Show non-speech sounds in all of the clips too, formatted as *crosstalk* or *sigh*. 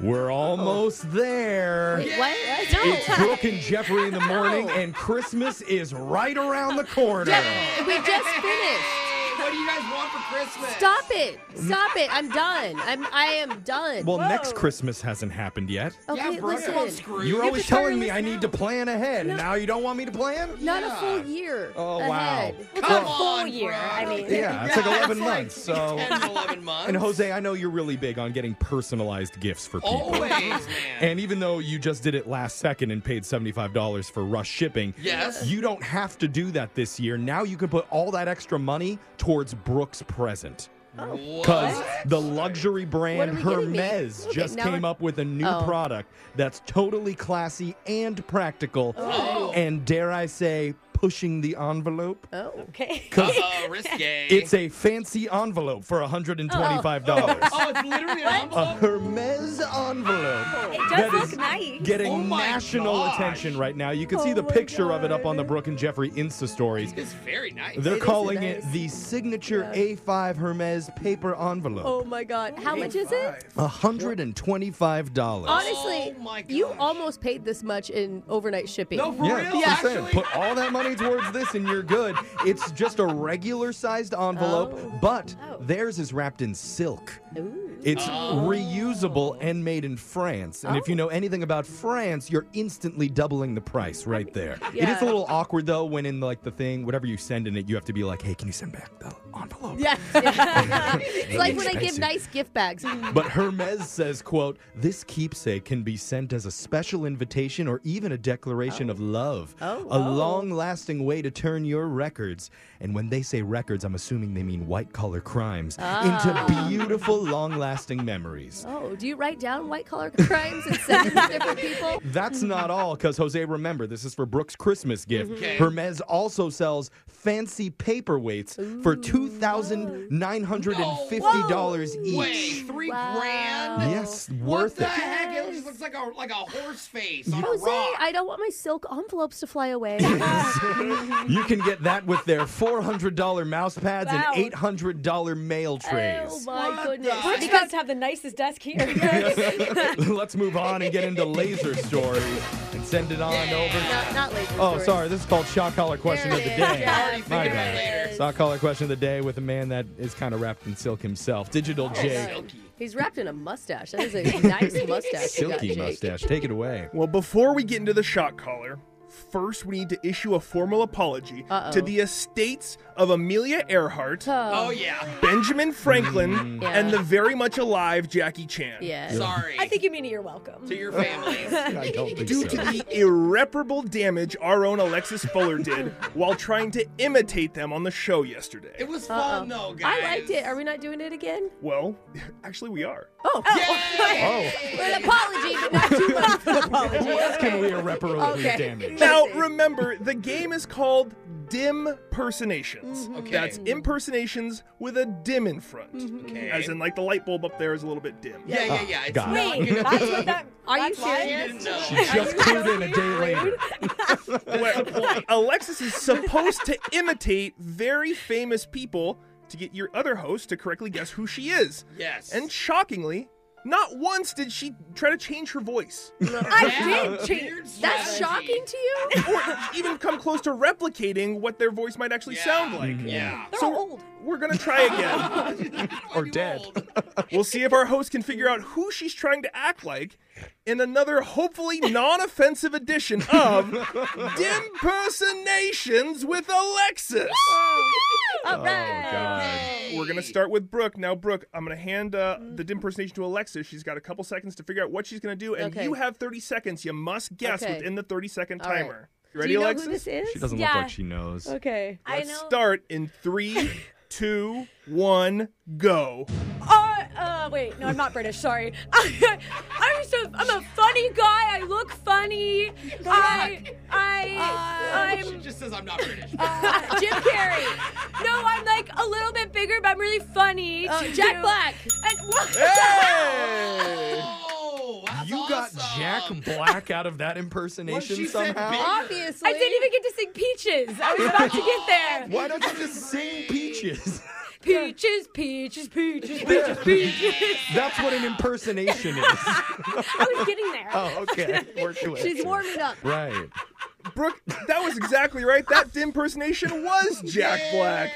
We're almost there. Wait, what? It's No. Brooke and Jeffrey in the morning, and Christmas is right around the corner. Jeff, we just finished. What do you guys want for Christmas? Stop it. Stop it. I'm done. I'm I am done. Well, next Christmas hasn't happened yet. okay, yeah, Brooke, listen. come on, screw You're always start telling me this I need to plan ahead, and now you don't want me to plan? Not a full year. Oh, wow. ahead. Come a full on, year. *laughs* Brooke. I mean, Yeah, it's like 11 *laughs* it's like months. *laughs* So, 10 to *laughs* 11 months. Oh. and Jose, I know you're really big on getting personalized gifts for people. Always, man. And even though you just did it last second and paid $75 for rush shipping, Yes. you don't have to do that this year. Now you can put all that extra money towards Brooks' present. Oh, Because What? the *laughs* luxury brand are we getting me? Hermes Okay, just now came I- up with a new Oh. product that's totally classy and practical, Oh. and dare I say, pushing the envelope. Oh. okay. Because Uh, risque. it's a fancy envelope for $125. oh, it's literally an envelope. A Hermes envelope. It That does look is nice. Getting Oh my national gosh. attention right now. You can see Oh the my picture of it up on the God. Brooke and Jeffrey Insta stories. It's very nice. They're is calling nice. it the signature A5 Hermes paper envelope. Oh my god. How much is it? $125. Honestly, Oh my you gosh. almost paid this much in overnight shipping. no, for yeah, real. that's what I'm saying. actually. Put all that money towards this and you're good. It's just a regular sized envelope, Oh. but Oh. theirs is wrapped in silk. Ooh. It's Oh. reusable and made in France. And if you know anything about France, you're instantly doubling the price right there. It is a yeah. little awkward though when in like the thing, whatever you send in it, you have to be like, hey, can you send back the envelope? Yeah. it's like when I give Expensive. nice gift bags. But Hermes says, quote, this keepsake can be sent as a special invitation or even a declaration of love. Oh, a oh. long-lasting way to turn your records, and when they say records, I'm assuming they mean white-collar crimes, Ah. into beautiful, long-lasting memories. Oh, do you write down white collar crimes and send them to different people? *laughs* That's not all, because Jose, remember, this is for Brooks' Christmas gift. Mm-hmm. Okay. Hermes also sells fancy paperweights for $2,950 each. Wait, three Wow. grand? Yes, What worth the it. heck? It just looks like a like a horse face on a Jose, rock. I don't want my silk envelopes to fly away. *laughs* You can get that with their $400 mouse pads Wow. and $800 mail oh trays. my What goodness. the- Brooks does have the nicest *laughs* desk here. *laughs* Let's move on and get into laser stories and send it on over. Not, not laser Oh, stories. sorry. This is called shot collar question There of the it is. day. Yeah, My already figured out bad. later. Shot collar question of the day with a man that is kind of wrapped in silk himself. Digital Oh, Jake. Silky. He's wrapped in a mustache. That is a nice mustache. you got, Silky Jake. mustache. Take it away. Well, before we get into the shot caller, first we need to issue a formal apology to the estates of Amelia Earhart, Oh, Oh yeah. Benjamin Franklin, Mm. Yeah. and the very much alive Jackie Chan. yeah. Sorry. I think you mean you're welcome. to your families. *laughs* I don't think Due to the irreparable damage our own Alexis Fuller did *laughs* while trying to imitate them on the show yesterday. It was fun though, guys. I liked it. Are we not doing it again? Well, *laughs* actually, we are. Oh. Yay! Oh, An apology, but not too much. what else can we irreparably Okay. *laughs* damage? Now, remember, the game is called Dim Personations. Mm-hmm. Okay. That's Mm-hmm. impersonations with a dim in front. Okay. As in, like, the light bulb up there is a little bit dim. yeah, yeah, yeah. It's got it. *laughs* not Wait, gonna *laughs* that's what that. Are you that's why? serious? No. She just clued in a day later. Where *laughs* Alexis is supposed to imitate very famous people to get your other host to correctly guess who she is. Yes. And shockingly, not once did she try to change *laughs* her voice I did Weird change. That's strategy. shocking to you? or even come close to replicating what their voice might actually Yeah. sound like. Yeah. Mm-hmm. They're So all old. we're going to try again. *laughs* Or dead. *laughs* We'll see if our host can figure out who she's trying to act like in another hopefully non offensive edition of Dimpersonations with Alexis. Oh, All right. We're going to start with Brooke. Now, Brooke, I'm going to hand uh, the Dimpersonation to Alexis. She's got a couple seconds to figure out what she's going to do, and Okay. you have 30 seconds. You must guess Okay. within the 30 second All right. timer. You Do ready, you know Alexis? who this is? She doesn't look Yeah. like she knows. Okay. I know. Start in three, two, one, go. Oh, uh, wait, no, I'm not British. Sorry. *laughs* I'm just a, I'm a funny guy. I look funny. I, I, She I'm just says I'm *laughs* not British. uh, *laughs* Jim Carrey. No, I'm like a little bit bigger, but I'm really funny. Uh, too. Jack Black. And *laughs* what? Hey! oh, that's You got awesome. Jack Black out of that impersonation Well, she said somehow? big- Obviously. I didn't even get to sing Peaches. I was about to get there. Why don't you just sing peaches? Peaches, peaches, peaches, peaches, peaches. *laughs* That's what an impersonation is. *laughs* I was getting there. Oh, okay. We're to it. She's warming up. Right. Brooke, that was exactly right. That impersonation was Jack Black.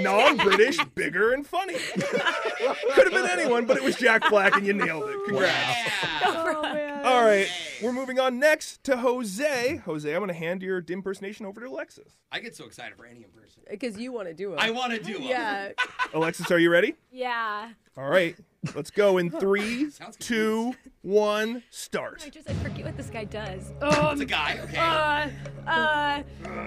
Non British, bigger, and funny. Could have been anyone, but it was Jack Black, and you nailed it. Congrats. Yeah. Oh, man. All right, we're moving on next to Jose. Jose, I'm going to hand your impersonation over to Alexis. I get so excited for any impersonation. Because you want to do it. I want to do one. yeah. Alexis, are you ready? Yeah. All right, let's go in three, Sounds two, one, start. I just I forget what this guy does. It's a guy. Okay. Uh, uh,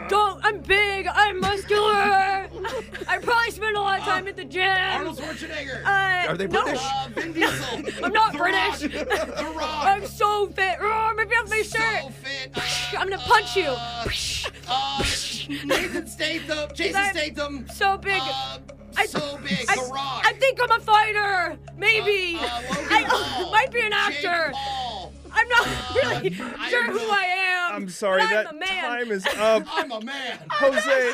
don't. I'm big. I'm muscular. I probably spend a lot of time at the Arnold gym. Schwarzenegger. Uh, Are they British? uh, Vin *laughs* Diesel. I'm not the British. Rock. the Rock. I'm so fit. Oh, maybe off my So shirt. fit. I'm gonna punch you. Uh, uh, Nathan Statham. *laughs* Jason I'm Statham. So big. Uh, I- so big. I, the Rock. I think I'm a fighter. Maybe. Uh, uh, Logan I Paul. might be an Jake actor. Paul. I'm not really I sure am- who I am. I'm sorry, but I'm that a man. time is *laughs* up. I'm a man. Jose,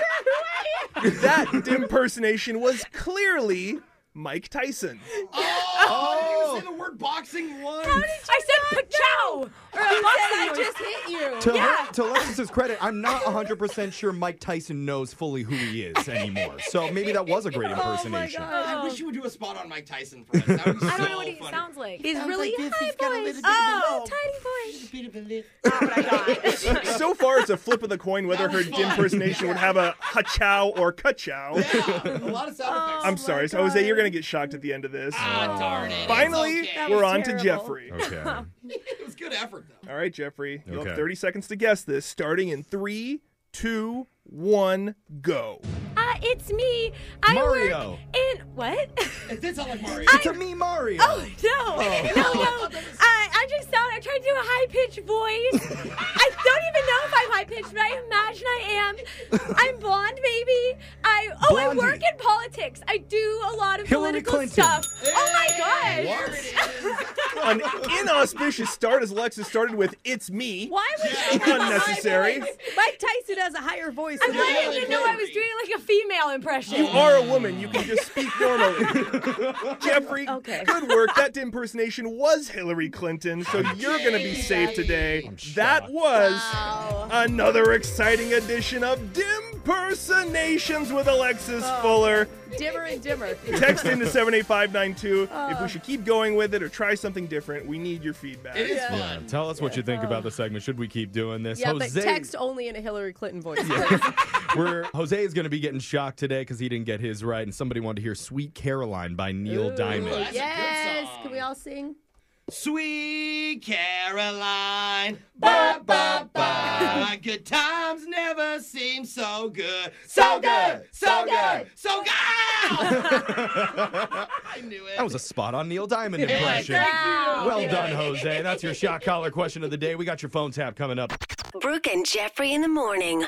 that impersonation was clearly Mike Tyson. Oh, you say the word boxing once. I said pachow. Or a I boxing. just hit you. To, her, to Alexis's credit, I'm not 100% sure Mike Tyson knows fully who he is anymore. So maybe that was a great impersonation. I wish you would do a spot on Mike Tyson for us. That would be I don't so know what he funny. sounds like. He's really high voice. Oh, tiny voice. *laughs* So far, it's a flip of the coin whether That her was fun. impersonation would have a hachow or kachow. Yeah, a lot of sound effects. I'm sorry, so Jose, you're going to get shocked at the end of this. ah, darn it. Finally, it's okay. we're on to terrible. Jeffrey. Okay. it was good effort though. All right, Jeffrey, you'll Okay. have 30 seconds to guess this, starting in three, two, one, go. Uh, it's me. I Mario. work in what? *laughs* It did sound like Mario. It's a me, Mario. oh no, no, no. Uh, I just sound. I tried to do a high pitched voice. I don't even know if I'm high pitched, but I imagine I am. I'm blonde, maybe. I oh, Blondie. I work in politics. I do a lot of Hillary political Clinton. stuff. Oh my gosh. There it is. An inauspicious start as Alexis started with It's Me. Why would you have a high Unnecessary. voice? Mike Tyson has a higher voice. I'm than you. glad I didn't know I was doing like a female impression. You are a woman. You can just speak *laughs* normally. Jeffrey, Okay. good work. That impersonation was Hillary Clinton, so you're going to be safe today. That was another exciting edition of Dimpersonations with Alexis Oh. Fuller. dimmer and dimmer. *laughs* Text into 78592 Oh. if we should keep going with it or try something different. We need your feedback. It is Yeah, fun. tell us what you think about the segment. Should we keep doing this? Yeah, Jose, but text only in a Hillary Clinton voice. we're, Jose is going to be getting shocked today because he didn't get his right, and somebody wanted to hear "Sweet Caroline" by Neil Ooh, Diamond. that's a good Yes. song. Can we all sing? Sweet Caroline, ba ba ba. Good times never seem so good, so good, so good, so good. I knew it. That was a spot-on Neil Diamond Yeah, impression. thank you. Well done, Jose. That's your shock collar question of the day. We got your phone tap coming up. Brooke and Jeffrey in the morning.